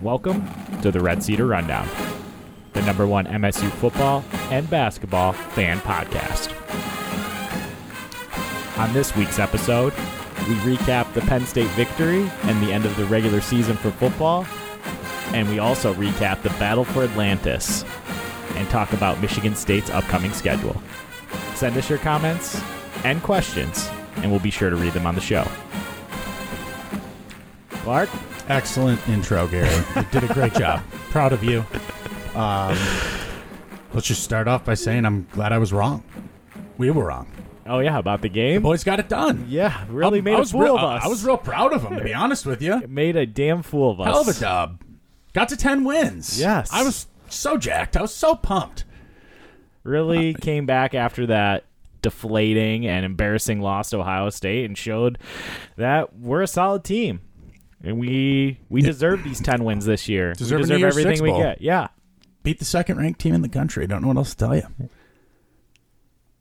Welcome to the Red Cedar Rundown, the number one MSU football and basketball fan podcast. On this week's episode, we recap the Penn State victory and the end of the regular season for football, and we also recap the battle for Atlantis and talk about Michigan State's upcoming schedule. Send us your comments and questions, and we'll be sure to read them on the show. Clark, Excellent intro, Gary. You did a great job. Proud of you. Um, let's just start off by saying I'm glad I was wrong. We were wrong. oh yeah, about the game. Boys got it done. Yeah, really I'm- made I a was fool real- of us. I was real proud of him, to be honest with you. made a damn fool of us. Hell of a dub. Got to 10 wins. Yes. I was so jacked. I was so pumped. Really came back after that deflating and embarrassing loss to Ohio State and showed that we're a solid team. And we we deserve these 10 wins this year. Deserve we a New deserve Year's everything Six we Bowl. get. Yeah. Beat the second ranked team in the country. I don't know what else to tell you.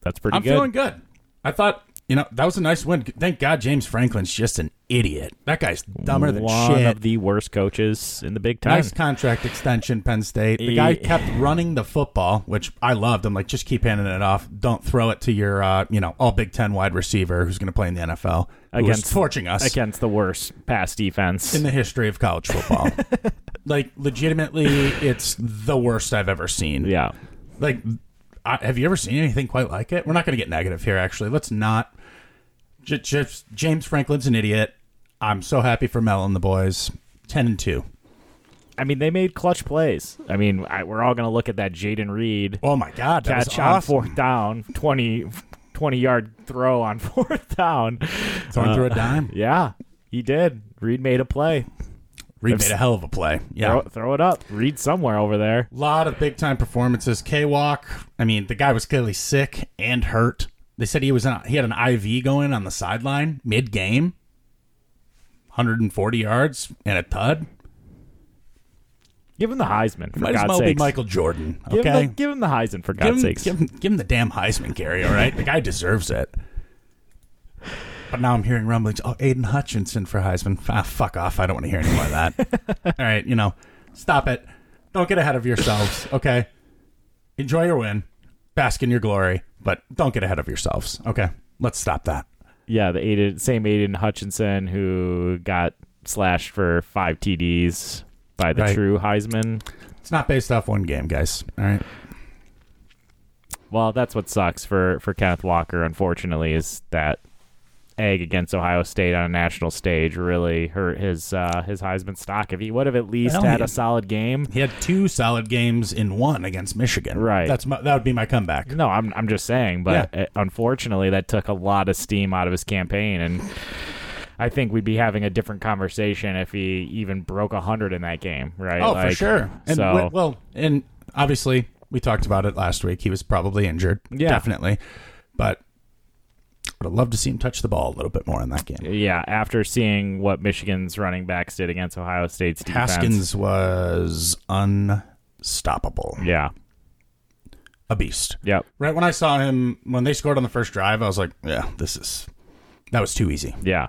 That's pretty I'm good. feeling good. I thought, you know, that was a nice win. Thank God James Franklin's just an idiot. That guy's dumber than One shit. of the worst coaches in the big time. Nice contract extension, Penn State. The guy Yeah. kept running the football, which I loved. I'm like, just keep handing it off. Don't throw it to your, uh, you know, all Big Ten wide receiver who's going to play in the NFL. who was Against- torching us Against the worst pass defense. in the history of college football. like, legitimately, it's the worst I've ever seen. yeah. Like, I, have you ever seen anything quite like it? We're not going to get negative here, actually. Let's not. J- just- James Franklin's an idiot. I'm so happy for Mel and the boys. 10 and 2. I mean, they made clutch plays. I mean, I, we're all going to look at that Jaden Reed Oh, my God. That catch was on awesome. fourth down, 20, 20 yard throw on fourth down. Throwing through a Uh, dime. Yeah, he did. Reed made a play. Reed made a hell of a play. Yeah. Throw, throw it up. Reed somewhere over there. A lot of big time performances. K Walk. I mean, the guy was clearly sick and hurt. They said he was in, he had an IV going on the sideline mid game. 140 yards and a tud. Give him the Heisman, for Might as God's well sake. be Michael Jordan. Okay. give, him the, give him the Heisman, for Give God's him, sakes. give, him, give him the damn Heisman, Gary, all right? the guy deserves it. But now I'm hearing rumblings. Oh, Aiden Hutchinson for Heisman. Ah, fuck off. I don't want to hear any more of that. all right, you know, stop it. Don't get ahead of yourselves, okay? Enjoy your win, bask in your glory, but don't get ahead of yourselves, okay? Let's stop that. Yeah, the Aiden, same Aiden Hutchinson who got slashed for five TDs by the Right. true Heisman. It's not based off one game, guys, all right? Well, that's what sucks for for Kenneth Walker. Unfortunately, is that egg against Ohio State on a national stage really hurt his uh, his Heisman stock. If he would have at least Well, had he- a solid game, He had two solid games in one against Michigan. Right. That's my, that would be my comeback. No, I'm I'm just saying, but uh unfortunately, that took a lot of steam out of his campaign, and I think we'd be having a different conversation if he even broke hundred in that game, right? Oh, for Like, sure. And so we- well, and obviously we talked about it last week. He was probably injured, Yeah. definitely. But would have loved to see him touch the ball a little bit more in that game. yeah, after seeing what Michigan's running backs did against Ohio State's defense, Haskins was unstoppable, yeah, a beast. yep, Right when I saw him when they scored on the first drive, I was like, "Yeah, this is that was too easy, yeah.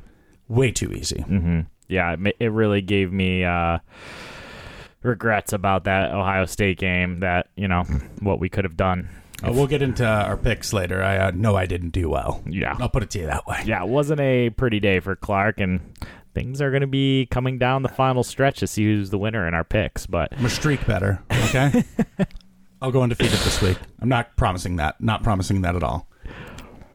way too easy." Mm. yeah, it, ma- it really gave me uh, regrets about that Ohio State game. That you know what we could have done. Uh, we'll get into our picks later. I uh, know I didn't do well. Yeah, I'll put it to you that way. yeah, it wasn't a pretty day for Clark, and things are going to be coming down the final stretch to see who's the winner in our picks. But I'm a streak better. Okay. I'll go undefeated this week. I'm not promising that. Not promising that at all.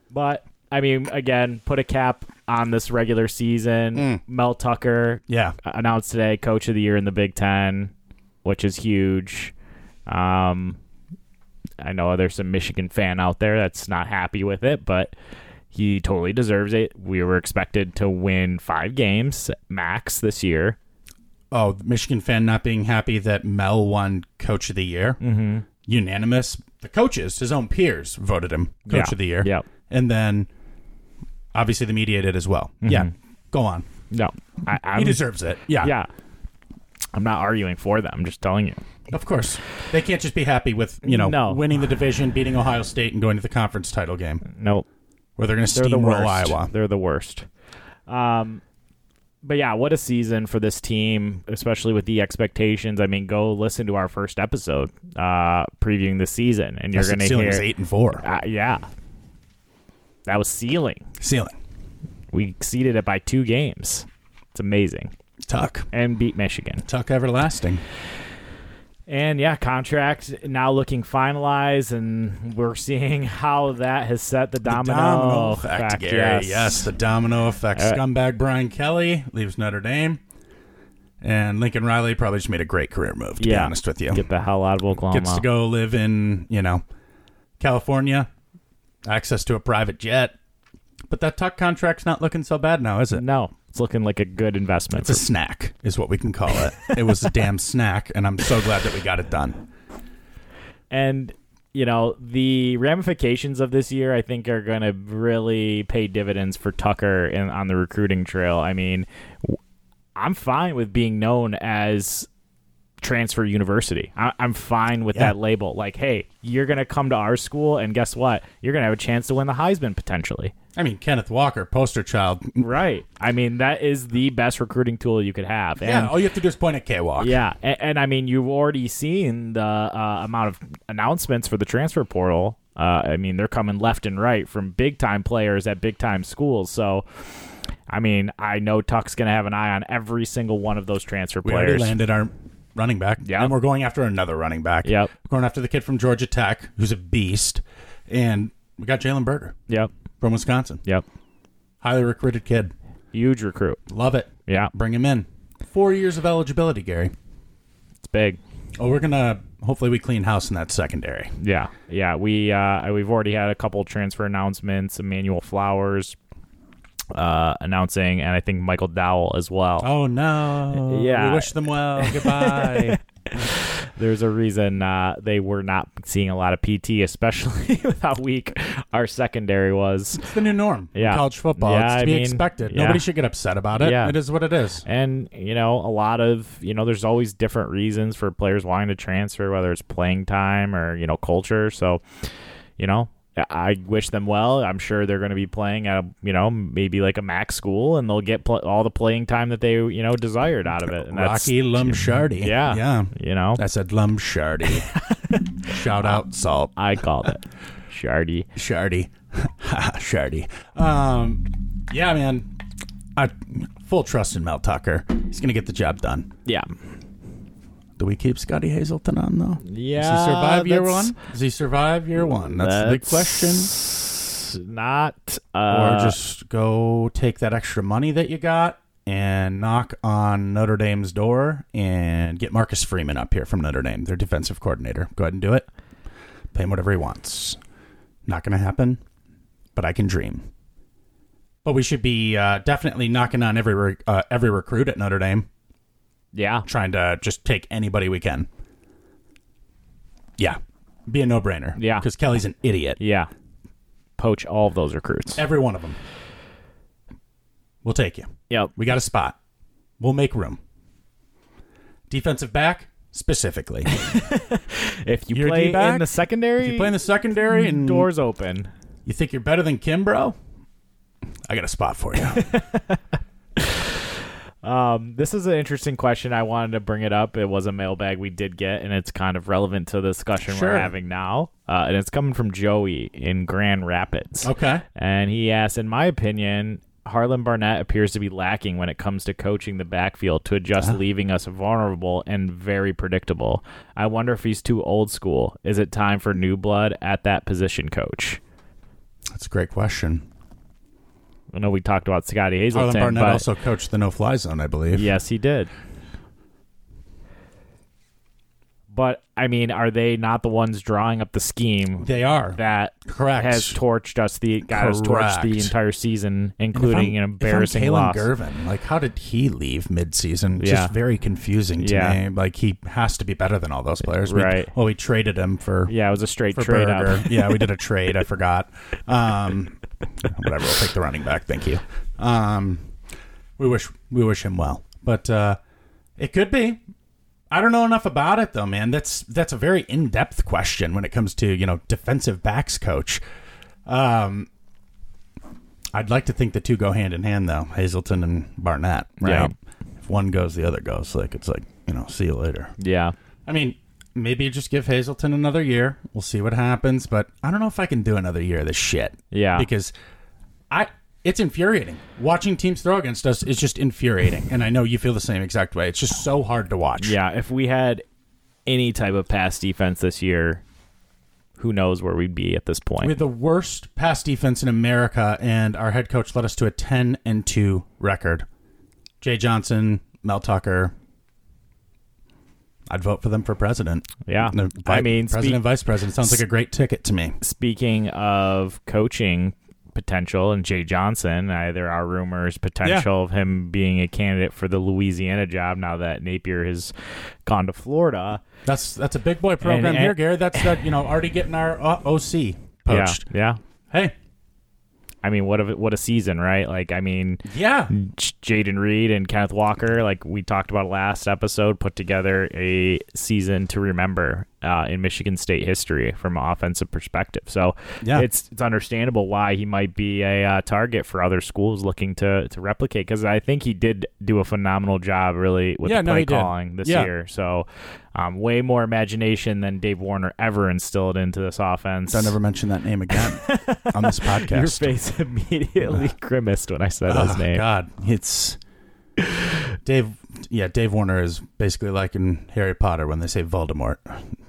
but I mean, again, put a cap on this regular season. Mel Tucker Yeah. announced today, Coach of the Year in the Big Ten, which is huge. Um, I know there's some Michigan fan out there that's not happy with it, but he totally deserves it. We were expected to win five games max this year. Oh, the Michigan fan not being happy that Mel won Coach of the Year. Mm-hmm. Unanimous. The coaches, his own peers, voted him Coach Yeah. of the Year. Yep. And then obviously the media did as well. Yeah. Go on. No, Mm-hmm. I, I'm, He deserves it. Yeah. yeah. I'm not arguing for them. I'm just telling you. Of course. They can't just be happy with, you know, No. winning the division, beating Ohio State, and going to the conference title game No, where they're going to they're the steamroll worst. Iowa. They're the worst. Um, but yeah, what a season for this team, especially with the expectations. I mean, go listen to our first episode uh, previewing the season, and you're That's going to ceiling hear. was eight and four. Uh, yeah, that was ceiling. Ceiling. We exceeded it by two games. It's amazing, Tuck. and beat Michigan. Tuck everlasting. And yeah, contract now looking finalized, and we're seeing how that has set the domino, domino effect, effect. Gary. Yes. the domino effect. Uh, Scumbag Brian Kelly leaves Notre Dame, and Lincoln Riley probably just made a great career move. To be Yeah. honest with you, Get the hell out of Oklahoma. gets to go live in you know California, access to a private jet. But that Tuck contract's not looking so bad now, is it? No, it's looking like a good investment. It's a snack, is what we can call it. it was a damn snack, and I'm so glad that we got it done. and you know the ramifications of this year i think are going to really pay dividends for tucker in, on the recruiting trail i mean w- i'm fine with being known as transfer university I, i'm fine with Yeah. that label like hey you're going to come to our school and guess what you're going to have a chance to win the heisman potentially I mean, Kenneth Walker, poster child. right i mean that is the best recruiting tool you could have and yeah, all you have to do is point at K Walk. yeah, and, and I mean, you've already seen the uh, amount of announcements for the transfer portal. Uh, I mean, they're coming left and right from big time players at big time schools. So, I mean, I know Tuck's going to have an eye on every single one of those transfer We players. already landed our running back. Yeah. And we're going after another running back. Yep. We're going after the kid from Georgia Tech, who's a beast. And we got Jalen Berger Yep, from Wisconsin. yep, Highly recruited kid. huge recruit. Love it. Yeah, Bring him in. Four years of eligibility, Gary. it's big. Oh, we're going to hopefully we clean house in that secondary. Yeah, yeah. We uh, we've already had a couple transfer announcements. Emmanuel Flowers uh, announcing, and I think Michael Dowell as well. Oh, no. Yeah. We wish them well. Goodbye. There's a reason uh, they were not seeing a lot of PT, especially with how weak our secondary was. it's the new norm. in Yeah. College football. Yeah, it's to I be mean, expected. yeah. Nobody should get upset about it. Yeah. It is what it is. And, you know, a lot of, you know, there's always different reasons for players wanting to transfer, whether it's playing time or, you know, culture. So, you know, I I wish them well. I'm sure they're going to be playing at, a, you know, maybe like a MAC school and they'll get pl- all the playing time that they, you know, desired out of it. And that's, Rocky Lumshardy. yeah, Yeah. you know, I said Lum Shardy. Shout out Salt I called it. Shardy. Shardy. Shardy. Um, yeah, man. I full trust in Mel Tucker. He's gonna get the job done. Yeah. Do we keep Scotty Hazelton on though? Yeah. Does he survive year that's- one? Does he survive year one? That's, the big question. question. Not Or uh, just go take that extra money that you got and knock on Notre Dame's door and get Marcus Freeman up here from Notre Dame, their defensive coordinator. Go ahead and do it. Pay him whatever he wants. Not going to happen, but I can dream. But we should be uh, definitely knocking on every re- uh, every recruit at Notre Dame, yeah, trying to just take anybody we can. Yeah, be a no brainer. Yeah. because Kelly's an idiot. yeah. Poach all of those recruits. Every one of them. We'll take you. Yep. We got a spot. We'll make room. Defensive back, specifically. if If you Your play D-back? in the secondary, you play in the secondary and doors open. you think you're better than Kim, bro, I got a spot for you. Um, this is an interesting question. I wanted to bring it up. It was a mailbag we did get, and it's kind of relevant to the discussion Sure. we're having now. Uh, and it's coming from Joey in Grand Rapids. okay. And he asked, in my opinion, Harlan Barnett appears to be lacking when it comes to coaching the backfield to adjust, leaving us vulnerable and very predictable. I wonder if he's too old school. Is it time for new blood at that position, coach? That's a great question. I know we talked about Scotty Harlan Hazelton, Barnett but also coached the no fly zone, I believe. yes, he did. But I mean, are they not the ones drawing up the scheme They are. that Correct. has torched us the got us torched the Correct. entire season, If I'm- including an embarrassing if I'm Kalen loss? Gervin, like how did he leave midseason? Yeah. Just very confusing to Yeah. me. Like he has to be better than all those players. We- Right. well, we traded him for Yeah, it was a straight for trade up. Berger. yeah, we did a trade. I forgot. Um, whatever. I'll take the running back. Thank you. Um, we wish we wish him well, but uh, it could be. I don't know enough about it though, man. That's that's a very in depth question when it comes to you know defensive backs coach. Um, I'd like to think the two go hand in hand, though Hazelton and Barnett. Right? Yeah. If one goes, the other goes. Like it's like you know, see you later. Yeah. I mean, maybe you just give Hazelton another year. We'll see what happens. But I don't know if I can do another year of this shit. Yeah. Because I it's infuriating. Watching teams throw against us is just infuriating. and I know you feel the same exact way. It's just so hard to watch. Yeah, if we had any type of pass defense this year, who knows where we'd be at this point. We had the worst pass defense in America, and our head coach led us to a 10 and 2 record. Jay Johnson, Mel Tucker. I'd vote for them for president. Yeah. No, I vi- mean, president, speak- and vice president sounds like a great ticket to me. speaking of coaching potential and Jay Johnson, I, there are rumors potential of him being a candidate for the Louisiana job now that Napier has gone to Florida. That's that's a big boy program And- here, and- Gary. That's that you know already getting our uh, OC poached. Yeah. Yeah. Hey, I mean, what a what a season, right? Like, I mean, yeah, J- Jaden Reed and Kenneth Walker, like we talked about last episode, put together a season to remember uh, in Michigan State history from an offensive perspective. So Yeah. it's it's understandable why he might be a uh, target for other schools looking to to replicate because I think he did do a phenomenal job really with Yeah, the no, play he did. calling this Yeah. year. So um, way more imagination than Dave Warner ever instilled into this offense. Don't ever mention that name again on this podcast. Your face immediately grimaced when I said Oh, his name. God, it's Dave. Yeah, Dave Warner is basically like in Harry Potter when they say Voldemort.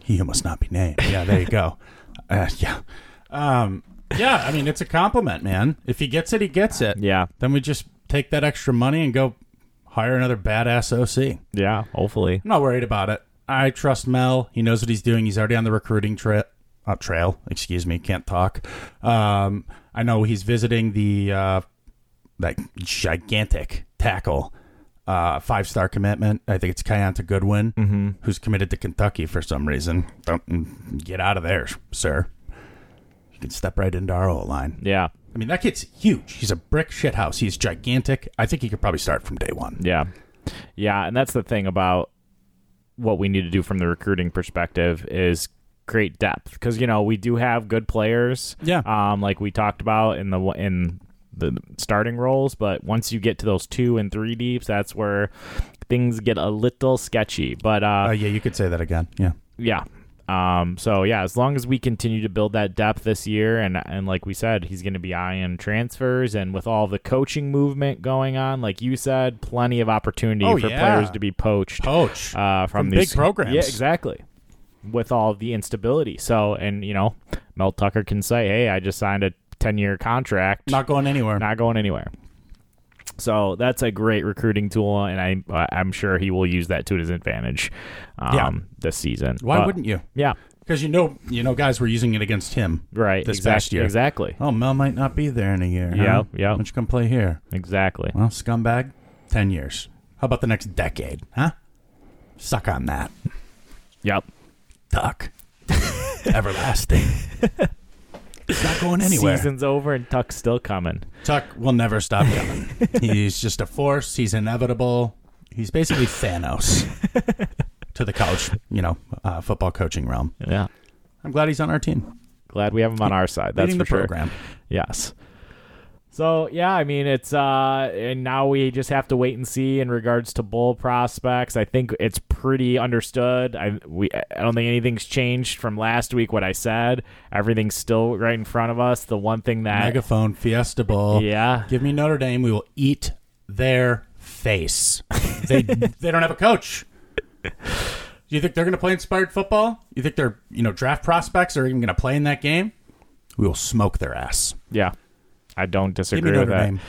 He who must not be named. Yeah, there you go. Uh, yeah, um, yeah. I mean, it's a compliment, man. If he gets it, he gets it. Yeah, Then we just take that extra money and go hire another badass OC. yeah. Hopefully, I'm not worried about it. I trust Mel. He knows what he's doing. He's already on the recruiting trail. Uh, trail, excuse me, can't talk. Um, I know he's visiting the uh, that gigantic tackle, uh, five star commitment. I think it's Kayanta Goodwin, who's committed to Kentucky for some reason. Don't get out of there, sir. You can step right into our O line. yeah. I mean, that kid's huge. He's a brick shit house. He's gigantic. I think he could probably start from day one. Yeah. Yeah. And that's the thing about what we need to do from the recruiting perspective is create depth because, you know, we do have good players. Yeah. Um, like we talked about in the, in the starting roles, but once you get to those two and three deeps, that's where things get a little sketchy. But, uh, Uh, yeah, you could say that again. Yeah. yeah. Um, so yeah, as long as we continue to build that depth this year, and and like we said, he's going to be eyeing transfers, and with all the coaching movement going on, like you said, plenty of opportunity Oh, for yeah. players to be poached Poach. uh, from, From these big programs. Yeah, exactly. With all the instability, so and you know, Mel Tucker can say, "Hey, I just signed a ten-year contract, Not going anywhere. not going anywhere." So that's a great recruiting tool, and I I'm sure he will use that to his advantage, um, Yeah. this season. Why But- wouldn't you? yeah, Because you know, you know, guys were using it against him. right. This exact- past year. Exactly. Oh, Mel might not be there in a year. Yeah, huh? yeah. Why don't you come play here? Exactly. Well, scumbag, ten years. How about the next decade? Huh? Suck on that, Yep. Tuck. Everlasting. It's not going anywhere. Season's over and Tuck's still coming. Tuck will never stop coming. he's just a force. He's inevitable. He's basically Thanos to the couch, you know, uh, football coaching realm. Yeah. I'm glad he's on our team, Glad we have him on our side. That's leading for the sure. program. Yes. So yeah, I mean it's uh and now we just have to wait and see in regards to bull prospects. I think it's pretty understood. I we I don't think anything's changed from last week what I said. Everything's still right in front of us. The one thing that Megaphone Fiesta Bowl. Yeah. Give me Notre Dame. We will eat their face. They they don't have a coach. Do you think they're going to play inspired football? You think their you know draft prospects are even going to play in that game? We will smoke their ass. Yeah. I don't Give me disagree with Notre that. Dame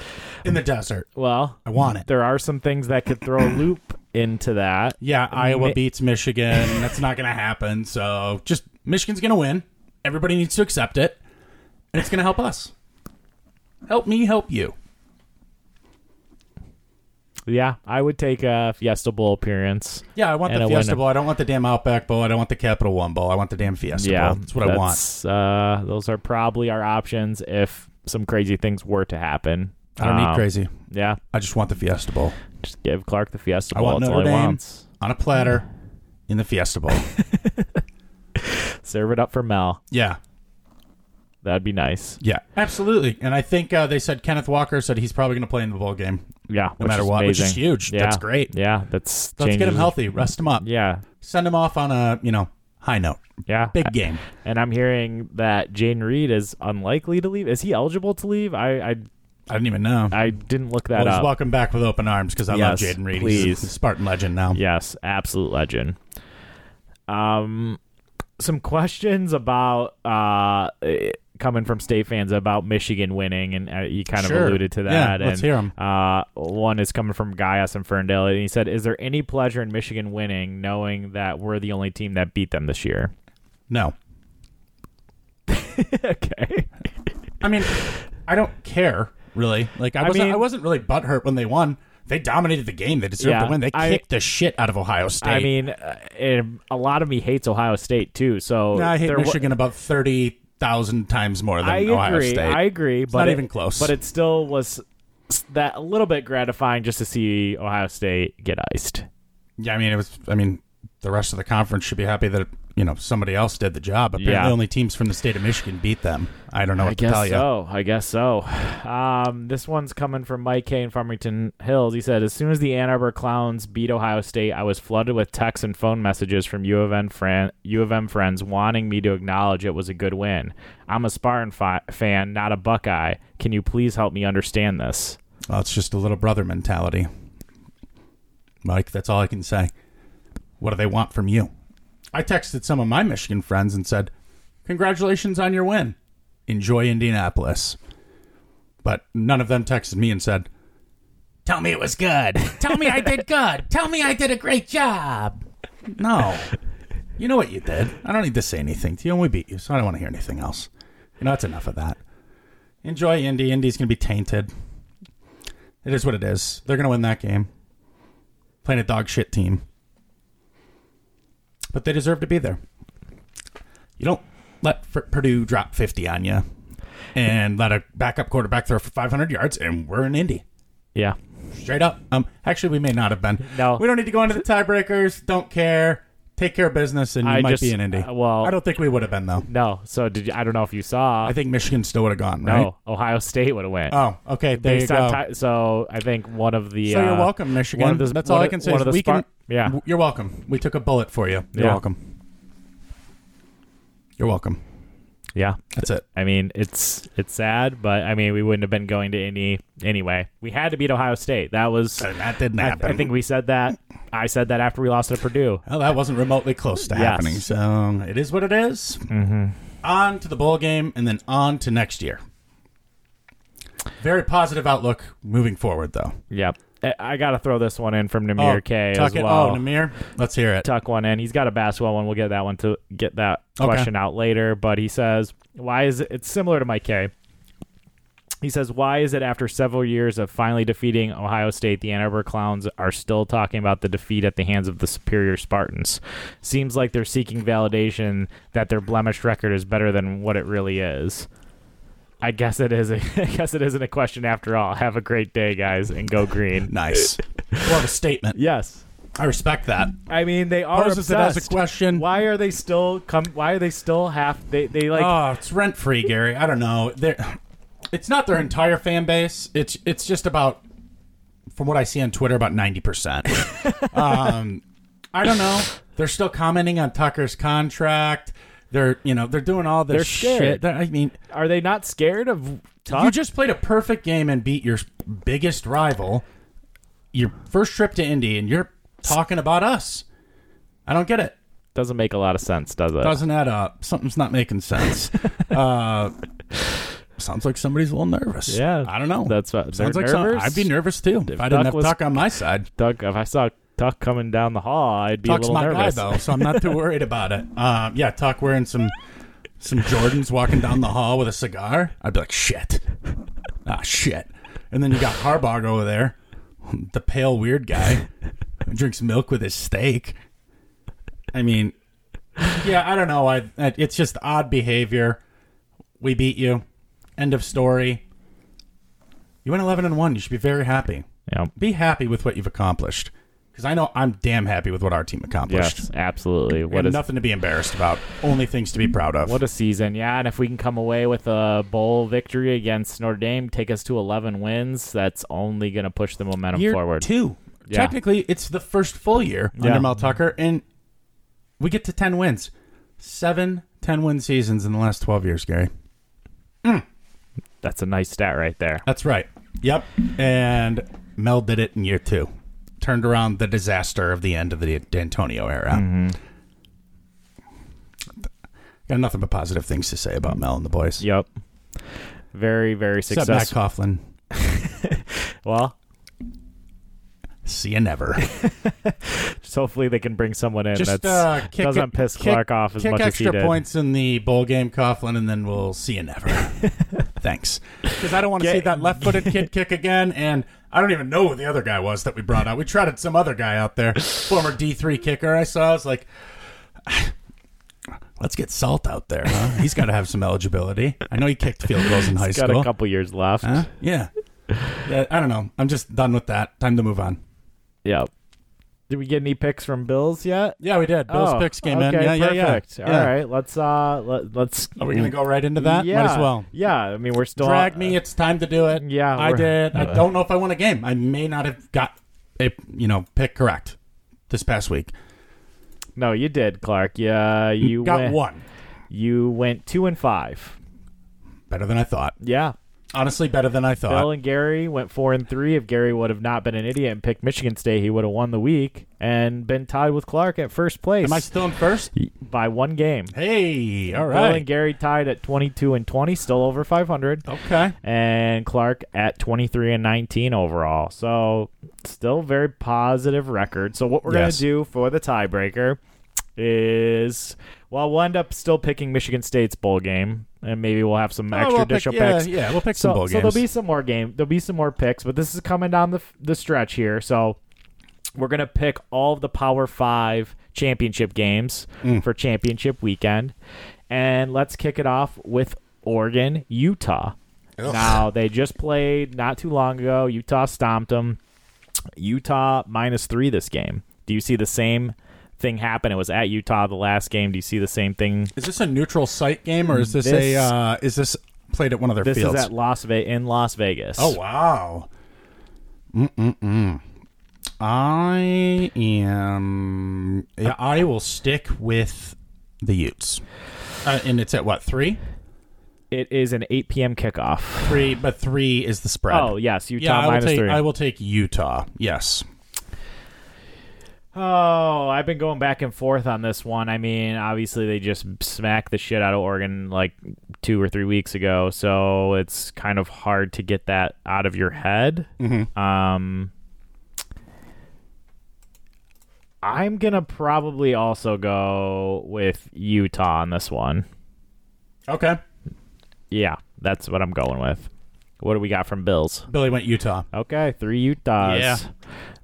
in the desert. Well, I want it. there are some things that could throw a loop into that. Yeah, Iowa Mi- beats Michigan. That's not going to happen. So just Michigan's going to win. Everybody needs to accept it, and it's going to help us. Help me, help you. Yeah, I would take a Fiesta Bowl appearance. Yeah, I want And the a Fiesta winner. Bowl. I don't want the damn Outback Bowl. I don't want the Capital One Bowl. I want the damn Fiesta yeah, Bowl. That's what I want. Uh, those are probably our options if some crazy things were to happen. I don't Um, need crazy. Yeah, I just want the Fiesta Bowl just give Clark the Fiesta I Bowl. want That's all Notre he Dame. wants. on a platter in the Fiesta Bowl. Serve it up for Mel. yeah. That'd be nice. Yeah, absolutely. And I think uh, they said Kenneth Walker said he's probably going to play in the bowl game. Yeah, No which matter is what, which is amazing. huge. Yeah. That's great. Yeah, that's Let's get changes- him healthy, rest him up, Yeah, send him off on a you know high note. yeah, Big game. And I'm hearing that Jane Reed is unlikely to leave. Is he eligible to leave? I I, I didn't even know. I didn't look that Well, he's up. welcome back with open arms because I love Yes, Jaden Reed. He's a please. Spartan legend now. Yes, absolute legend. Um, some questions about uh eh, coming from state fans about Michigan winning, and uh, you kind Sure. of alluded to Yeah, that. let's and, hear 'em. Uh, one is coming from Gaius in Ferndale, and he said, "Is there any pleasure in Michigan winning, knowing that we're the only team that beat them this year?" No, okay. I mean, I don't care really. Like I wasn't. I, mean- wasn't really butthurt when they won. They dominated the game. They deserved Yeah, to win. They I- kicked the shit out of Ohio State. I mean, uh, it, a lot of me hates Ohio State too. So Nah, I hate there wa- Michigan about thirty thousand times more than I Ohio agree. State. I agree. but not it- even close. But it still was s- that a little bit gratifying just to see Ohio State get iced. yeah, I mean it was. I mean the rest of the conference should be happy that you know somebody else did the job. Apparently, Yeah. only teams from the state of Michigan beat them. I don't know what I to tell guess you. so. I guess so. Um, this one's coming from Mike K in Farmington Hills. He said, "As soon as the Ann Arbor Clowns beat Ohio State, I was flooded with texts and phone messages from U of N fran- U of M friends wanting me to acknowledge it was a good win. I'm a Spartan fi- fan, not a Buckeye. Can you please help me understand this?" Well, it's just a little brother mentality. Mike, that's all I can say. What do they want from you? I texted some of my Michigan friends and said, Congratulations on your win. Enjoy Indianapolis. But none of them texted me and said, Tell me it was good. Tell me I did good. Tell me I did a great job. No. You know what you did. I don't need to say anything to you, and we beat you, so I don't want to hear anything else. You know, that's enough of that. Enjoy Indy. Indy's going to be tainted. It is what it is. They're going to win that game. Playing a dog shit team. But they deserve to be there. You don't let F- Purdue drop 50 on you and let a backup quarterback throw for 500 yards, and we're in Indy. Yeah. Straight up. Um, actually, we may not have been. No. We don't need to go into the tiebreakers. Don't care. Take care of business, and you I might just- be in Indy. uh, well- I don't think we would have been, though. No. So did you, I don't know if you saw. I think Michigan still would have gone, no, right? Oh, Ohio State would have went. Oh, okay. There Based you go. on ti- so I think one of the. So uh, you're welcome, one Michigan. of the- That's one all I of- can say. one is of the we can, Spar- yeah. w- you're welcome. We took a bullet for you. You're Yeah. welcome. You're welcome. Yeah. That's it. I mean, it's it's sad, but I mean, we wouldn't have been going to any anyway. We had to beat Ohio State. That was. And that didn't I, happen. I think we said that. I said that after we lost to Purdue. Well, that wasn't remotely close to Yes. Mm-hmm. happening. So it is what it is. On to the bowl game, and then on to next year. Very positive outlook moving forward, though. Yep. I, I got to throw this one in from Namir K tuck as it. well. Oh, Namir, let's hear it. tuck one in. He's got a basketball one. We'll get that one to get that Okay. question out later. But he says, why is it? It's similar to Mike K. He says, why is it after several years of finally defeating Ohio State, the Ann Arbor Clowns are still talking about the defeat at the hands of the superior Spartans? Seems like they're seeking validation that their blemished record is better than what it really is. I guess it is. A, I guess it isn't a question after all. Have a great day, guys, and go green. Nice. what a statement. yes, I respect that. I mean they are Poses it as a obsessed. question. Why are they still come? Why are they still half? They they like oh, it's rent free, Gary. I don't know. They're, it's not their entire fan base. It's it's just about, from what I see on Twitter, about ninety percent. um, I don't know. They're still commenting on Tucker's contract. They're you know they're doing all this They're scared. shit. They're- I mean, are they not scared of you Tuck? just played a perfect game and beat your biggest rival. Your first trip to Indy, and you're talking about us. I don't get it. Doesn't make a lot of sense, does it? doesn't add up. Something's not making sense. uh, sounds like somebody's a little nervous. Yeah, I don't know. that's what- sounds they're like some- nervous? I'd be nervous too if, If I Duck didn't have was- Tuck on my side. Tuck, if I saw Tuck coming down the hall, I'd be Tuck's a little my nervous. guy though, so I'm not too worried about it. Um, yeah, Tuck wearing some some Jordans, walking down the hall with a cigar. I'd be like, shit, ah, shit. And then you got Harbaugh over there, the pale weird guy, who drinks milk with his steak. I mean, yeah, I don't know. I it's just odd behavior. We beat you. End of story. You went eleven and one. You should be very happy. Yeah. Be happy with what you've accomplished. 'Cause because I know I'm damn happy with what our team accomplished. Yes, absolutely. We What have is nothing to be embarrassed about. Only things to be proud of. what a season. Yeah, and if we can come away with a bowl victory against Notre Dame, take us to 11 wins, that's only going to push the momentum year forward. two. Yeah. Technically, it's the first full year Yeah. under Mel Tucker, and we get to 10 wins. Seven 10 win seasons in the last 12 years, Gary. That's a nice stat right there. That's right. Yep. And Mel did it in year two. Turned around the disaster of the end of the D'Antonio era. Mm-hmm. Got nothing but positive things to say about Mel and the boys. Yep. Very, very Except Matt successful. Coughlin. Well, See you never. just hopefully they can bring someone in Just that's uh, kick doesn't piss kick- Clark off as kick much as extra he did. points in the bowl game, Coughlin, and then we'll see you never. Thanks, because I don't want to Get- see that left-footed kid kick again. And I don't even know who the other guy was that we brought out. We trotted some other guy out there, former D three kicker. I saw. I was like, let's get Salt out there. Huh? He's got to have some eligibility. I know he kicked field goals in high He's got school. a couple years left. Huh? Yeah. yeah. I don't know. I'm just done with that. Time to move on. Yep. Did we get any picks from Bills yet? Yeah, we did. Bill's Oh, picks came in. okay, Yeah, yeah, yeah. perfect. yeah. All right, let's uh, let, let's. Are we gonna go right into that? Yeah, Might as well. Yeah, I mean we're still Drag me. It's time to do it. Yeah, I we're- did. I don't know if I won a game. I may not have got a you know pick correct this past week. No, you did, Clark. Yeah, you got went, one You went two and five. better than I thought. Yeah, Honestly, better than I thought. Bill and Gary went four and three. If Gary would have not been an idiot and picked Michigan State, he would have won the week and been tied with Clark at first place Am I still in first? by one game. Hey, all Bill and right. Gary tied at twenty-two and twenty, still over five hundred. Okay. and Clark at 23 and 19 overall. So still very positive record. So what we're Yes. going to do for the tiebreaker is well we'll end up still picking Michigan State's bowl game and maybe we'll have some Oh, extra we'll pick- additional yeah, picks. yeah, we'll pick so, some bowl so there'll games. be some more game. There'll be some more picks, but this is coming down the f- the stretch here. So we're gonna pick all of the Power Five championship games Mm. for championship weekend, and let's kick it off with Oregon, Utah. Now they just played not too long ago. Utah stomped them. Utah minus three this game. Do you see the same thing happen? It was at Utah the last game. Do you see the same thing? Is this a neutral site game or is this, Mm, This- a uh, is this played at one of their This fields? is at Las Ve- in Las Vegas. oh wow. Mm-mm-mm. I am. yeah, I will stick with the Utes, uh, and it's at what three? It is an 8 p.m. kickoff. Three, but three is the spread. Oh, yes. Utah yeah, I will minus take. three. I will take Utah. Yes. oh, I've been going back and forth on this one. I mean, obviously, they just smacked the shit out of Oregon like two or three weeks ago. So it's kind of hard to get that out of your head. Um, I'm going to probably also go with Utah on this one. Okay. Yeah, that's what I'm going with. What do we got from Bills? Billy went Utah. Okay, three Utahs. Yeah.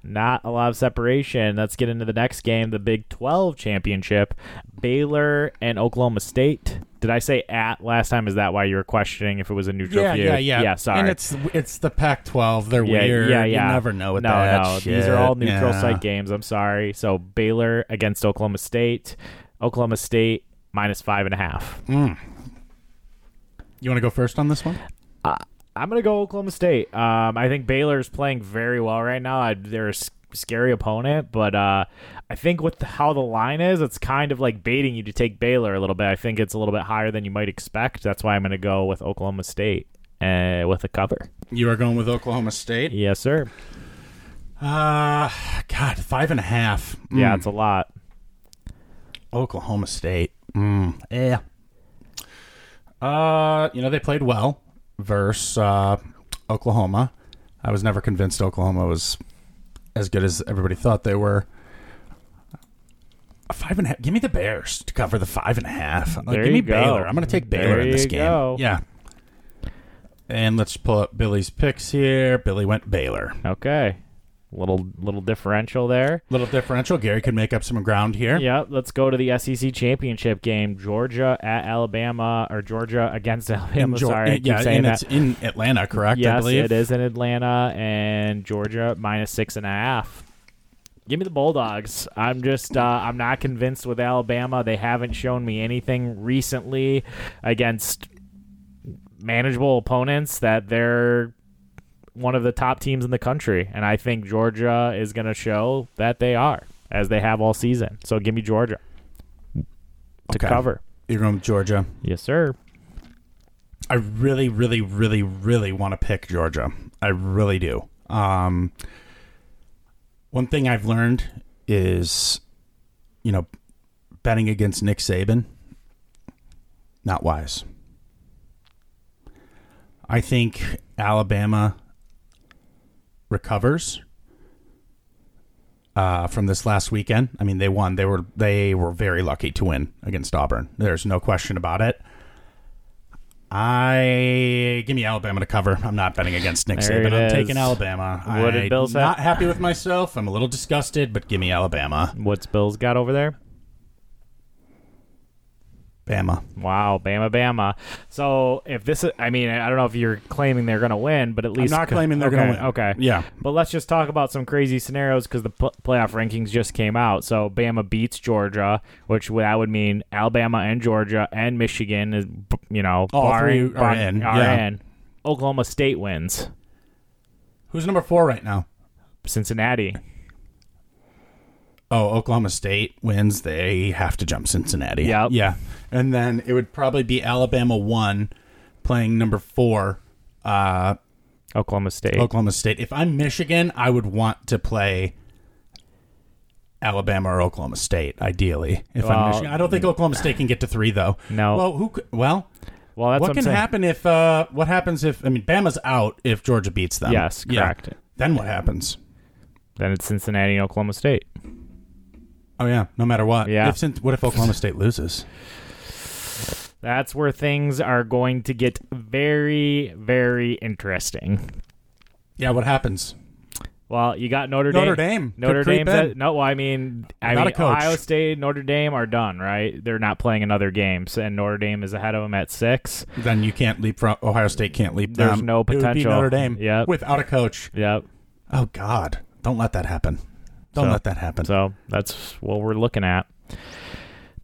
Not a lot of separation. Let's get into the next game, the Big 12 championship. Baylor and Oklahoma State. Did I say at last time? Is that why you were questioning if it was a neutral Yeah, view? yeah, yeah. Yeah, sorry. And it's it's the Pac-12. They're yeah, weird. yeah, yeah. You never know what no, that no. shit. These are all neutral yeah. site games. I'm sorry. So Baylor against Oklahoma State. Oklahoma State minus five and a half. You want to go first on this one? I'm gonna go Oklahoma State. Um, I think Baylor's playing very well right now. I, they're a s- scary opponent, but uh, I think with the, how the line is, it's kind of like baiting you to take Baylor a little bit. I think it's a little bit higher than you might expect. That's why I'm gonna go with Oklahoma State uh, with a cover. You are going with Oklahoma State. Yes, sir. Uh God, five and a half. Mm. Yeah, it's a lot. Oklahoma State. Mm. Yeah. Uh, you know they played well versus uh, Oklahoma. I was never convinced Oklahoma was as good as everybody thought they were. A five and a half. Give me the Bears to cover the five and a half. Like, There give me you go. Baylor. I'm going to take There Baylor in this you game. go. Yeah. And let's pull up Billy's picks here. Billy went Baylor. Okay, little little differential there. Little differential. Gary could make up some ground here. Yeah, let's go to the SEC championship game. Georgia at Alabama, or Georgia against In Alabama. Geor- sorry, I keep yeah, saying and that. it's in Atlanta, correct? I Yes, believe it is in Atlanta and Georgia minus six and a half. Give me the Bulldogs. I'm just uh, I'm not convinced with Alabama. They haven't shown me anything recently against manageable opponents that they're one of the top teams in the country, and I think Georgia is going to show that they are as they have all season. So give me Georgia to Okay. cover. You're going with Georgia. Yes, sir. I really, really, really, really want to pick Georgia. I really do. Um, one thing I've learned is, you know, betting against Nick Saban, not wise. I think Alabama recovers uh, from this last weekend. I mean, they won. They were they were very lucky to win against Auburn. There's no question about it. I give me Alabama to cover. I'm not betting against Nick There Saban. it I'm is. taking Alabama. What did I'm Bill say? Not happy with myself. I'm a little disgusted, but give me Alabama. What's Bill's got over there? Bama. Wow, Bama, Bama. So if this, is, I mean, I don't know if you're claiming they're going to win, but at least not claiming they're okay, gonna win. Okay, Yeah. But let's just talk about some crazy scenarios because the pl- playoff rankings just came out. So Bama beats Georgia, which would- that would mean Alabama and Georgia and Michigan is, you know, All barring- three are barring- in, Are yeah. in. Oklahoma State wins. Who's number four right now? Cincinnati. Oh, Oklahoma State wins. They have to jump Cincinnati. Yep. Yeah. And then it would probably be Alabama one playing number four, uh, Oklahoma State. Oklahoma State. If I'm Michigan, I would want to play Alabama or Oklahoma State, ideally. If Well, I'm Michigan, I don't think Oklahoma State can get to three though. No. Well, who? Could, well, Well, that's what, what I'm can saying. happen if? Uh, what happens if? I mean, Bama's out if Georgia beats them. Yes, Yeah. correct. Then what happens? Then it's Cincinnati and Oklahoma State. Oh yeah, no matter what. Yeah. If, since- what if Oklahoma State loses? That's where things are going to get very, very interesting. Yeah, what happens? Well, you got Notre Dame. Notre Dame could Notre creep Dame's in. at- no. well, I mean, I Without mean, a coach. Ohio State, Notre Dame are done, right? They're not playing another game, so- and Notre Dame is ahead of them at six. Then you can't leap from Ohio State. Can't leap. There's them. no It would be potential. Notre Dame. Yep. Without a coach. Yep. Oh God! Don't let that happen. Don't So- let that happen. So that's what we're looking at.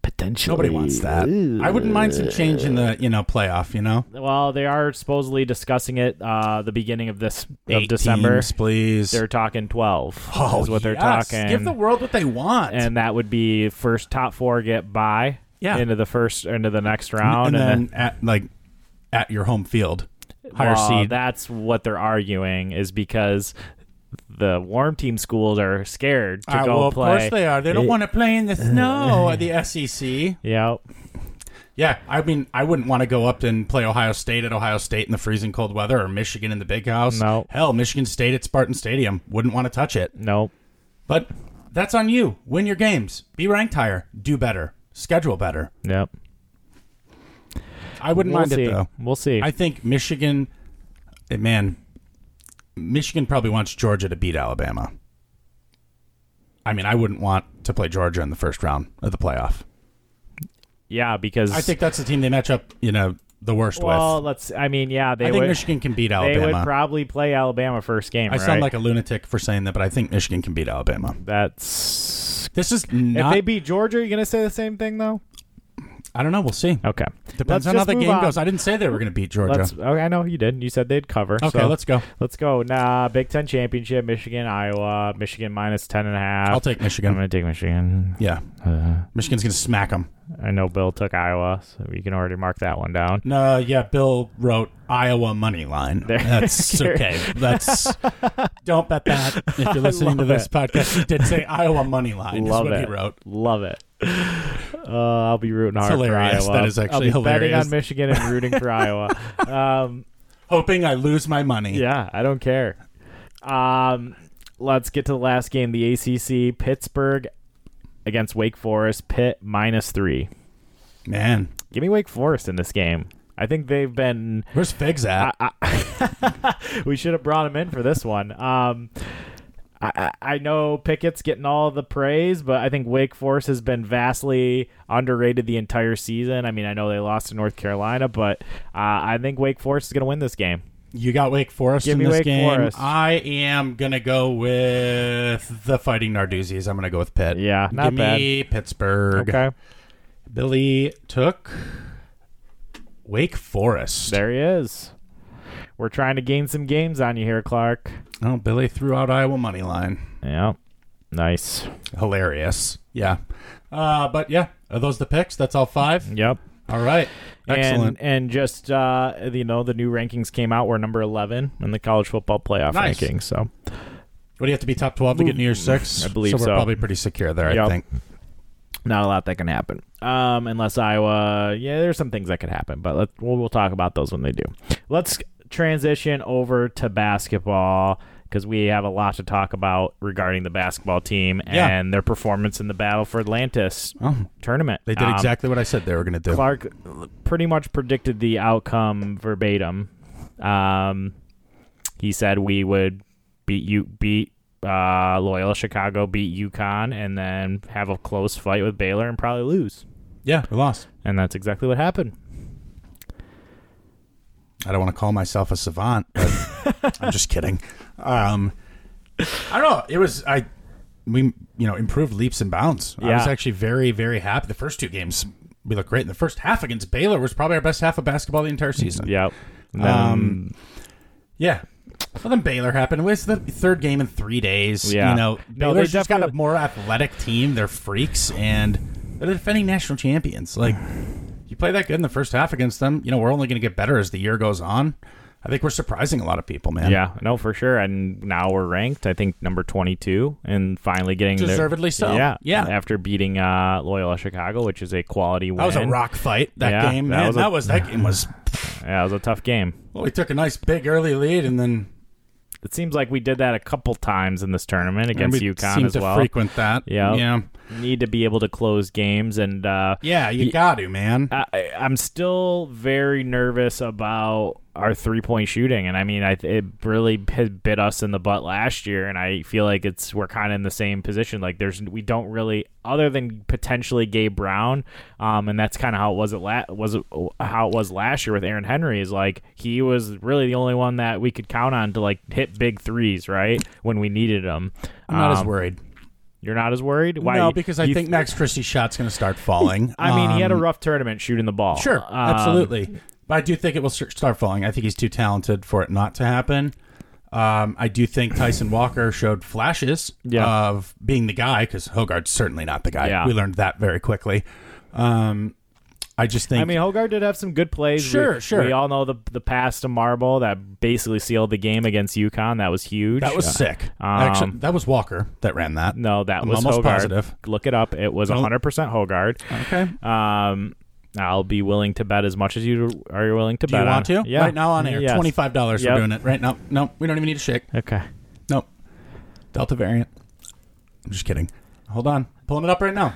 Potentially, Nobody wants that. I wouldn't mind some change in the you know playoff. You know, Well, they are supposedly discussing it uh, the beginning of this of Eight December. teams, please. They're talking twelve. oh, is what they're yes. talking. Give the world what they want. and that would be first top four get by Yeah. into the first into the next and round then, at like at your home field, higher Well, seed. that's what they're arguing is because the warm team schools are scared to Ah, go well, play of course they are. They don't want to play in the snow or the SEC. yeah Yeah, I mean, I wouldn't want to go up and play Ohio State at Ohio State in the freezing cold weather or Michigan in the big house. No. Hell, Michigan State at Spartan Stadium. Wouldn't want to touch it. no But that's on you. Win your games. Be ranked higher. Do better. Schedule better. yep I wouldn't we'll mind see it, though. we'll see I think Michigan, eh, man, Michigan probably wants Georgia to beat Alabama. I mean, I wouldn't want to play Georgia in the first round of the playoff. yeah because I think that's the team they match up, you know, the worst well with. let's I mean yeah they I think would Michigan can beat they Alabama. would probably play Alabama first game I right sound like a lunatic for saying that, but I think Michigan can beat Alabama. that's This is if not. they beat Georgia, are you gonna say the same thing though? I don't know. We'll see. Okay, Depends Let's on how just the move game on. goes. I didn't say they were going to beat Georgia. Let's, okay, I know you did. You said they'd cover. okay, so- let's go. Let's go. Nah, Big Ten championship. Michigan, Iowa. Michigan minus ten and a half. I'll take I'm Michigan. gonna take Michigan. yeah, Uh, Michigan's going to smack them. I know Bill took Iowa, so you can already mark that one down. No, yeah, Bill wrote Iowa money line. There- That's there- okay. That's don't bet that. If you're listening to love this it. podcast, he did say Iowa money line. Love is what it. he wrote. Love it. Uh, I'll be rooting hard hilarious. for Iowa. That is actually I'll be betting hilarious. on Michigan and rooting for Iowa. Um, Hoping I lose my money. yeah, I don't care. Um, let's get to the last game, the ACC. Pittsburgh against Wake Forest. Pitt minus three. Man, Give me Wake Forest in this game. I think they've been where's Figs at? we should have brought him in for this one. Um, I, I I know Pickett's getting all the praise, but I think Wake Forest has been vastly underrated the entire season. I mean, I know they lost to North Carolina, but uh, I think Wake Forest is going to win this game. You got Wake Forest Give in me this Wake game. Forest. I am gonna go with the Fighting Narduzzi's. I'm gonna go with Pitt. Yeah, not Give me Pittsburgh. Okay. Billy took Wake Forest. There he is. We're trying to gain some games on you here, Clark. Oh, Billy threw out Iowa money line. Yeah. Nice. Hilarious. Yeah. Uh, but yeah, are those the picks? That's all five. Yep. All right. Excellent. And, and just uh, you know, the new rankings came out. We're number eleven in the college football playoff Nice. ranking. So what do you have to be top twelve to get near six? I believe so. We're so. probably pretty secure there. I Yep. think. not a lot that can happen. Um, unless Iowa, yeah, there's some things that could happen, but let, we'll we'll talk about those when they do. Let's transition over to basketball because we have a lot to talk about regarding the basketball team Yeah. and their performance in the battle for Atlantis Oh, tournament. they did Um, exactly what I said they were going to do. Clark pretty much predicted the outcome verbatim. Um, he said we would beat you, beat uh, Loyola Chicago, beat UConn, and then have a close fight with Baylor and probably lose. yeah, we lost. And that's exactly what happened. I don't want to call myself a savant, but I'm just kidding. Um, I don't know. It was I we you know improved leaps and bounds. I Yeah. was actually very very happy. The first two games we looked great. And the first half against Baylor was probably our best half of basketball the entire season. Yep. And then- Um, yeah. Well, then Baylor happened. It was the third game in three days. Yeah. You know, No, they Baylor's just got a definitely- more athletic team. They're freaks, and they're the defending national champions. Like, you play that good in the first half against them, you know, we're only going to get better as the year goes on. I think we're surprising a lot of people, man. yeah, no, for sure. And now we're ranked, I think, number 22 and finally getting their- Deservedly so. Yeah. Yeah. After beating uh, Loyola Chicago, which is a quality win. That was a rock fight. That Yeah, game, that man. was a- that was that game was. Yeah, it was a tough game. Well, we took a nice big early lead, and then It seems like we did that a couple times in this tournament and against we UConn seemed as to well. frequent that. Yeah. yeah, Need to be able to close games, and uh, yeah. You Ye- got to, man. I, I- I'm still very nervous about our three point shooting. And I mean, I, it really had bit us in the butt last year, and I feel like it's we're kind of in the same position. Like there's we don't really, other than potentially Gabe Brown, um, and that's kind of how it was it la- was it, how it was last year with Aaron Henry. Is like he was really the only one that we could count on to like hit big threes, right when we needed them. I'm not as Um, worried. You're not as worried? Why? No, because I you- think Max Christie's shot's going to start falling. I mean, he had a Um, rough tournament shooting the ball. sure, Um, absolutely, but I do think it will st- start falling. I think he's too talented for it not to happen. Um, I do think Tyson Walker showed flashes Yeah. of being the guy because Hogard's certainly not the guy. Yeah. We learned that very quickly. Um, I just think I mean, Hogard did have some good plays. Sure, we, sure. We all know the the pass to Marble that basically sealed the game against UConn. That was huge. that was Uh, sick. um, Actually, that was Walker that ran that. no, that I'm was almost Hogard. positive. Look it up. It was Don't- 100 percent Hogard. Okay. Um, I'll be willing to bet as much as you are you willing to Do bet. you want on. to? uh, Yeah. Right now on air, Yes. twenty five dollars. Yep. We're doing it right now. No, we don't even need a shake. Okay. Nope. Delta variant. I'm just kidding. Hold on. Pulling it up right now.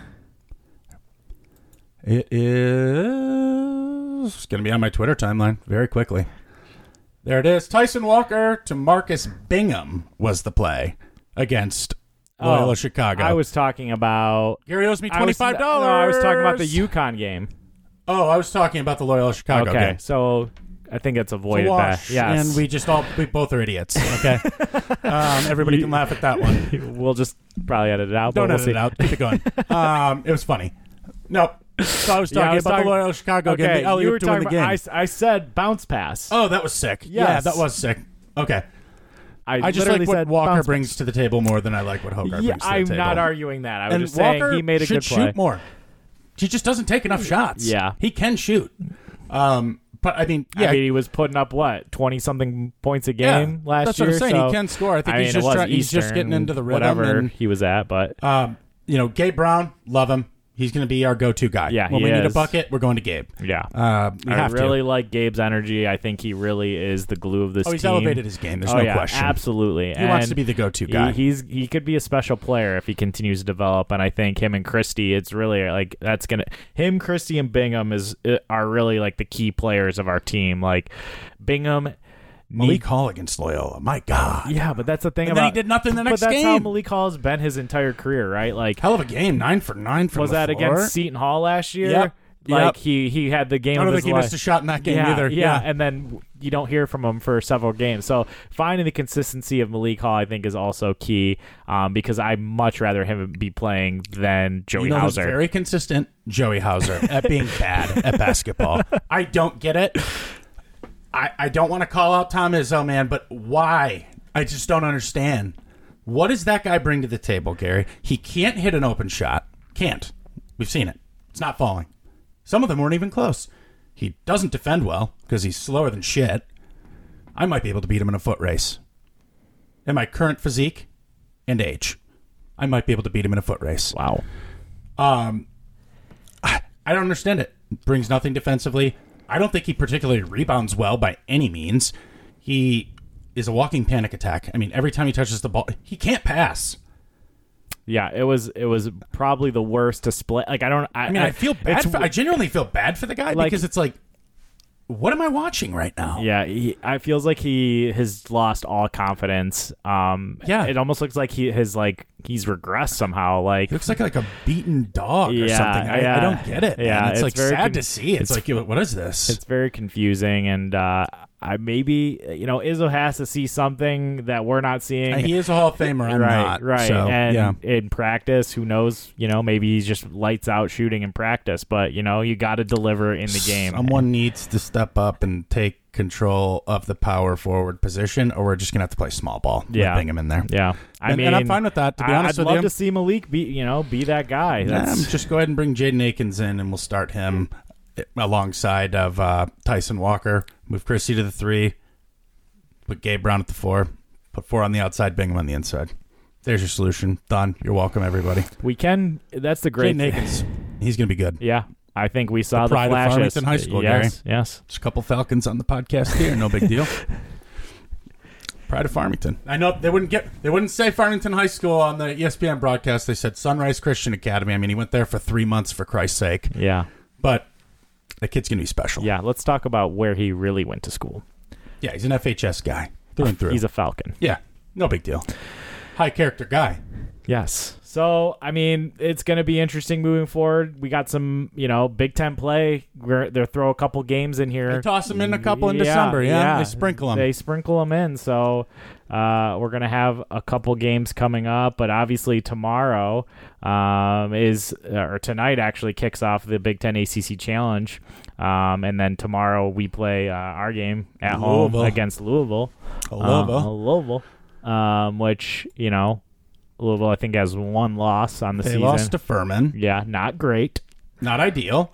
It is going to be on my Twitter timeline very quickly. There it is. Tyson Walker to Marcus Bingham was the play against Loyola Oh, Chicago. I was talking about Gary owes me I twenty was- five dollars. No, I was talking about the UConn game. Oh, I was talking about the Loyola Chicago okay, game. so I think it's It's a avoided wash, that. Yes, and we just all we both are idiots. Okay, um, everybody can laugh at that one. we'll just probably edit it out. Don't but we'll edit see. it out. Keep it going. um, it was funny. Nope. So I was Yeah, talking I was about talking- the Loyola Chicago Okay, game. The you were Elliott doing talking the about. game. I, s- I said bounce pass. oh, that was sick. Yeah, Yes. that was sick. Okay. I just literally like what said Walker bounce- brings to the table more than I like what Hogarth Yeah, brings to the I'm table. not arguing that. I was And just Walker saying he made a should good play. shoot more. He just doesn't take enough shots. Yeah. He can shoot. Um, but I mean, yeah. I mean, he was putting up what twenty something points a yeah, game last that's year. what I'm saying. so- He can score. I think I mean, he's it just was trying, he's just Eastern, getting into the rhythm. whatever and- he was at, but um, you know, Gabe Brown, love him. He's going to be our go-to guy. Yeah, when he we need a is. bucket, we're going to Gabe. yeah, Uh, we I have to. really like Gabe's energy. I think he really is the glue of this Oh, he's team. elevated his game. There's oh no yeah, question. absolutely. He wants to be the go-to guy. He, he's he could be a special player if he continues to develop, and I think him and Christie, it's really like that's gonna him, Christie, and Bingham is uh, are really like the key players of our team. Like Bingham, Malik Hall against Loyola. My God, yeah, but that's the thing And then about he did nothing the next But that's how game. Malik Hall has been his entire career, right? Like hell of a game. Nine for nine from was the that floor. against Seton Hall last year? Yep. Like Yep. he he had the game. I of don't his think he life. missed a shot in that game yeah, either. Yeah. and then you don't hear from him for several games. So finding the consistency of Malik Hall, I think, is also key um, because I much rather him be playing than Joey you know who's Hauser. very consistent? Joey Hauser at being bad at basketball. I don't get it. I, I don't want to call out Tom Izzo, man, but why? I just don't understand. What does that guy bring to the table, Gary? He can't hit an open shot. Can't. We've seen it. It's not falling. Some of them weren't even close. He doesn't defend well because he's slower than shit. I might be able to beat him in a foot race. In my current physique and age, I might be able to beat him in a foot race. wow. I don't understand it. Brings nothing defensively. I don't think he particularly rebounds well by any means. He is a walking panic attack. I mean, every time he touches the ball, he can't pass. Yeah, it was it was probably the worst display. Like I don't. I, I mean, I feel bad. it's- For, I genuinely feel bad for the guy Like- because it's like, what am I watching right now? Yeah, he, I feels like he has lost all confidence. Um, Yeah. it almost looks like he has like he's regressed somehow. Like He looks like like a beaten dog or Yeah, something. I, yeah. I don't get it. man. Yeah, it's, it's like very sad con- to see. It's, like, you- what is this? it's very confusing, and uh, I maybe you know Izzo has to see something that we're not seeing. And he is a Hall of Famer. I'm right, not. right. So, and yeah. in practice, who knows? You know, maybe he's just lights out shooting in practice, but you know, you got to deliver in the game. Someone needs to step up and take control of the power forward position, or we're just gonna have to play small ball. with Yeah. Bingham in there. yeah, I And- mean, and I'm fine with that, to be I- honest I'd with love you. to see Malik be, you know, be that guy. Um, That's, just go ahead and bring Jaden Akins in, and we'll start him eh, alongside of uh, Tyson Walker. Move Chrissy to the three. Put Gabe Brown at the four. Put four on the outside, Bingham on the inside. There's your solution. Done. You're welcome, everybody. we can. That's the great. Jaden Akins, he's gonna be good. Yeah, I think we saw the, pride of flashes. Farmington High School, yes, yes. Just a couple Falcons on the podcast here, no big deal. Pride of Farmington. I know they wouldn't get they wouldn't say Farmington High School on the E ESPN broadcast. They said Sunrise Christian Academy. I mean, he went there for three months for Christ's sake. Yeah, But the kid's gonna be special. yeah. Let's talk about where he really went to school. yeah he's an FHS guy through and through. He's a Falcon. yeah, no big deal. High character guy. Yes. So, I mean, it's going to be interesting moving forward. We got some, you know, Big Ten play. Where they throw a couple games in here. They toss him in a couple in Yeah, December. Yeah, they sprinkle him. They sprinkle them in. So, uh, we're going to have a couple games coming up, but obviously tomorrow um, is or tonight actually kicks off the Big Ten ACC Challenge, um, and then tomorrow we play uh, our game at Louisville. home against Louisville. Louisville. Um, Louisville, um, which you know, Louisville I think has one loss on the they season. lost to Furman. yeah, not great. Not ideal.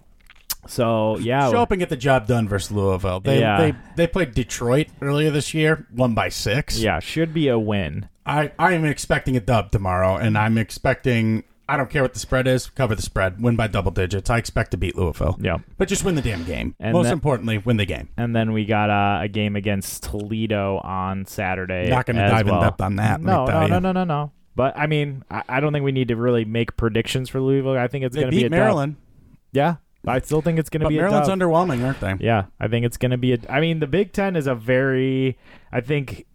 So yeah, Show up and get the job done versus Louisville. They Oh. Yeah. they they played Detroit earlier this year, one by six. yeah, should be a win. I, I am expecting a dub tomorrow, and I'm expecting I don't care what the spread is, cover the spread, win by double digits. I expect to beat Louisville. Yeah. But just win the damn game. And Most that- importantly, win the game. And then we got uh, a game against Toledo on Saturday. Not gonna as dive in well. depth on that, let me No, tell no, no, you. no, no, no. But I mean, I, I don't think we need to really make predictions for Louisville. I think it's They going to be a beat dub. Maryland, Yeah, I still think it's going to but be Maryland's a dub. underwhelming, aren't they? Yeah, I think it's going to be a. I mean, the Big Ten is a very. I think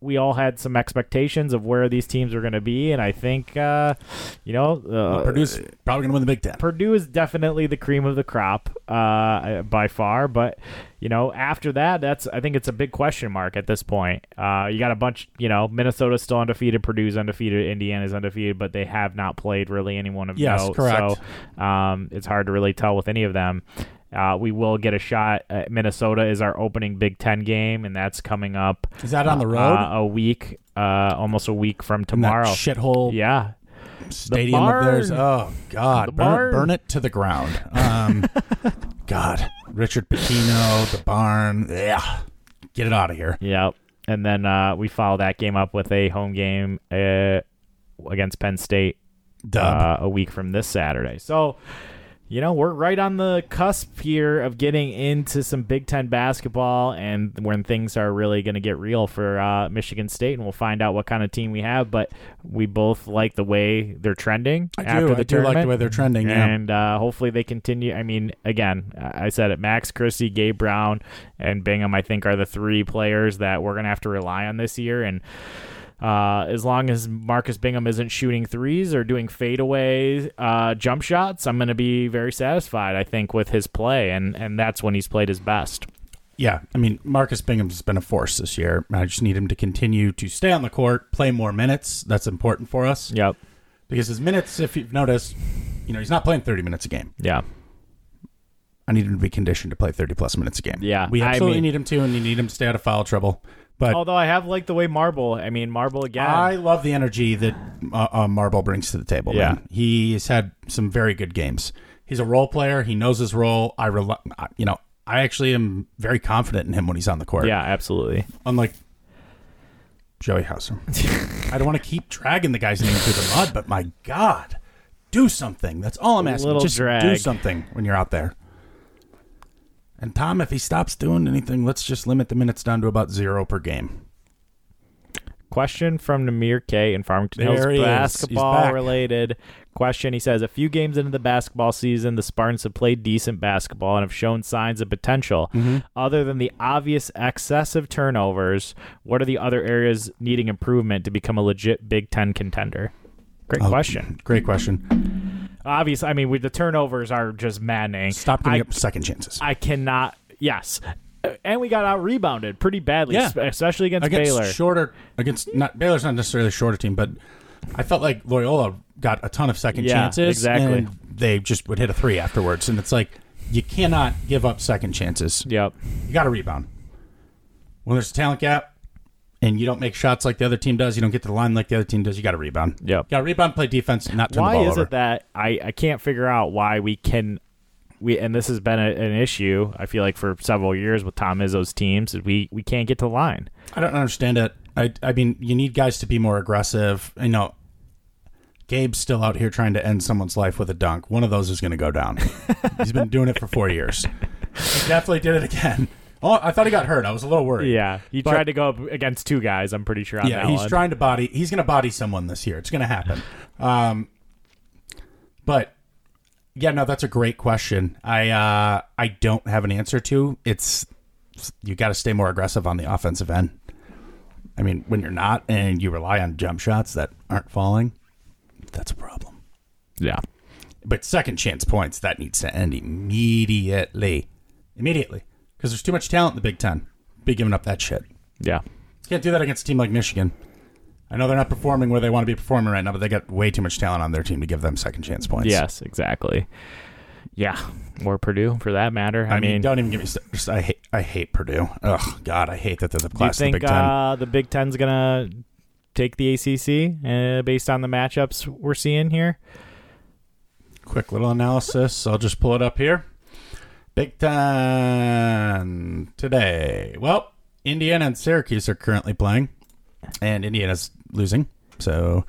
we all had some expectations of where these teams are going to be, and I think, uh, you know, uh, Purdue's probably gonna win the Big Ten. Purdue is definitely the cream of the crop uh, by far, but you know, after that, that's I think it's a big question mark at this point. Uh, you got a bunch, you know, Minnesota's still undefeated, Purdue's undefeated, Indiana's undefeated, but they have not played really anyone of Yes, note. correct. So um, it's hard to really tell with any of them. Uh, we will get a shot. At Minnesota is our opening Big Ten game, and that's coming up Is that on the road? uh, a week, uh, almost a week from In that tomorrow. shithole yeah, stadium of theirs. barn. Oh The God, burn, barn. burn it to the ground. Um, God, Richard Pitino, the barn. Yeah, get it out of here. Yep. And then uh, we follow that game up with a home game uh, against Penn State Dub. uh, a week from this Saturday. So, you know, we're right on the cusp here of getting into some Big Ten basketball and when things are really going to get real for uh, Michigan State. And we'll find out what kind of team we have. But we both like the way they're trending I do. after the I do like the tournament. way they're trending. Yeah. And uh, hopefully they continue. I mean, again, I I said it. Max Christie, Gabe Brown, and Bingham, I think, are the three players that we're going to have to rely on this year. And Uh, as long as Marcus Bingham isn't shooting threes or doing fadeaway uh, jump shots, I'm going to be very satisfied. I think with his play, and and that's when he's played his best. Yeah, I mean Marcus Bingham's been a force this year. I just need him to continue to stay on the court, play more minutes. That's important for us Yep. because his minutes, if you've noticed, you know he's not playing 30 minutes a game. Yeah. I need him to be conditioned to play 30 plus minutes a game. Yeah, we I absolutely mean- need him to, and you need him to stay out of foul trouble. But Although I have liked the way Marble. I mean, Marble again. I love the energy that uh, uh, Marble brings to the table. Yeah. man. he has had some very good games. He's a role player. He knows his role. I, rel- I- you know, I actually am very confident in him when he's on the court. yeah, absolutely. unlike Joey Hauser. I don't want to keep dragging the guy's name through the mud, but my God, do something. That's all I'm asking. Little Just do drag. something when you're out there. And Tom, if he stops doing anything, let's just limit the minutes down to about zero per game. Question from Namir K in Farmington There Hills he is. He's basketball back. related question. He says a few games into the basketball season, the Spartans have played decent basketball and have shown signs of potential. Mm-hmm. Other than the obvious excessive turnovers, what are the other areas needing improvement to become a legit Big Ten contender? Oh. Great question. Great question. Obvious. I mean, we, the turnovers are just maddening. Stop giving I- up second chances. I cannot. Yes, and we got out rebounded pretty badly, Yeah. sp- especially against, against Baylor. shorter against not Baylor's not necessarily a shorter team, but I felt like Loyola got a ton of second Yeah, chances. exactly. And they just would hit a three afterwards, and it's like you cannot give up second chances. Yep. You got to rebound when there's a talent gap, and you don't make shots like the other team does. You don't get to the line like the other team does. You got to rebound. Yep. Got to rebound, play defense, and not turn why the ball is over. it that I, I can't figure out why we can we and this has been a, an issue I feel like for several years with Tom Izzo's teams is we we can't get to the line. I don't understand it. I, I mean, you need guys to be more aggressive. You know, Gabe's still out here trying to end someone's life with a dunk. One of those is going to go down. He's been doing it for four years. He definitely did it again. Oh, I thought he got hurt. I was a little worried. Yeah, he But- tried to go up against two guys. I'm pretty sure. On yeah. that He's one. trying to body. He's going to body someone this year. It's going to happen. Um, but yeah, no, that's a great question. I uh, I don't have an answer to. It's you got to stay more aggressive on the offensive end. I mean, when you're not and you rely on jump shots that aren't falling, that's a problem. Yeah, But second chance points that needs to end immediately, immediately, because there's too much talent in the Big Ten. Be giving up that shit. yeah, Can't do that against a team like Michigan. I know they're not performing where they want to be performing right now, but they got way too much talent on their team to give them second chance points. yes, exactly. Yeah, or Purdue for that matter. I, I, mean, mean, don't even give me. st- Just, I hate. I hate Purdue. Oh God, I hate that they're the do you class think of the Big Ten. uh, the Big Ten's gonna take the ACC uh, based on the matchups we're seeing here? Quick little analysis. I'll just pull it up here. Big Ten today. Well, Indiana and Syracuse are currently playing, and Indiana's losing. So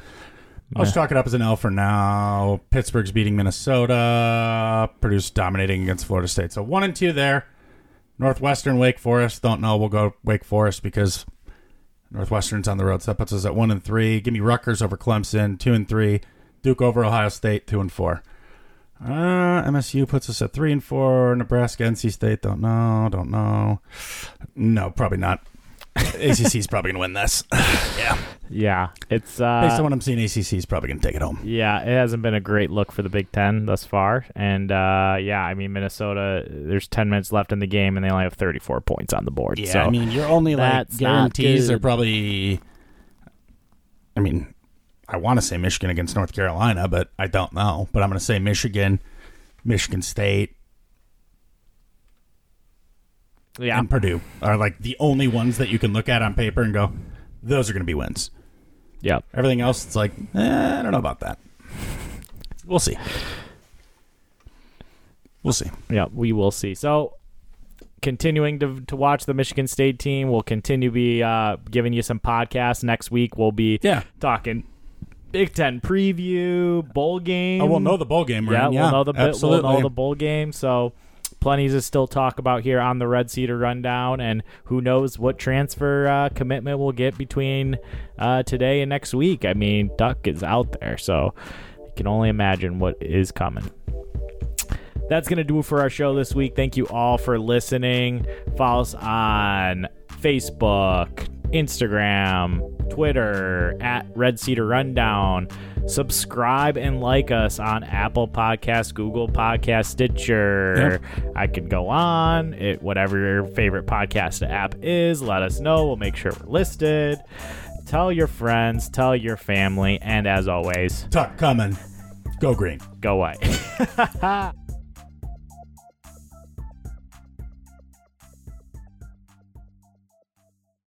I'll just chalk it up as an L for now. Pittsburgh's beating Minnesota. Purdue's dominating against Florida State. So one and two there. Northwestern, Wake Forest. Don't know. We'll go Wake Forest because Northwestern's on the road. So that puts us at one and three. Give me Rutgers over Clemson, two and three. Duke over Ohio State, two and four. Uh, MSU puts us at three and four. Nebraska, NC State, don't know, don't know. No, probably not. ACC's probably gonna win this. yeah, Yeah, it's uh, based on what I'm seeing, ACC's probably gonna take it home. Yeah, it hasn't been a great look for the Big Ten thus far. And uh, yeah, I mean Minnesota. There's 10 minutes left in the game, and they only have 34 points on the board. Yeah, so, I mean, you're only like that's not guarantees are good. probably. I mean, I want to say Michigan against North Carolina, but I don't know. But I'm going to say Michigan, Michigan State, yeah, and Purdue are like the only ones that you can look at on paper and go, those are going to be wins. yeah. Everything else, it's like, eh, I don't know about that. We'll see. We'll see. Yeah, we will see. So, continuing to to watch the Michigan State team, we'll continue be uh, giving you some podcasts next week. We'll be Yeah. talking Big Ten preview, bowl game. Oh, we'll know the bowl game, yeah, right? we'll know the bit, we'll absolutely. know the bowl game. So plenty to still talk about here on the Red Cedar Rundown, and who knows what transfer uh, commitment we'll get between uh, today and next week. I mean, Duck is out there, so you can only imagine what is coming. That's going to do it for our show this week. Thank you all for listening. Follow us on Facebook, Instagram, Twitter, at Red Cedar Rundown. Subscribe and like us on Apple Podcasts, Google Podcasts, Stitcher. I could go on. It, whatever your favorite podcast app is, let us know. We'll make sure we're listed. Tell your friends, tell your family, and as always, Tuck coming. Go green. go away.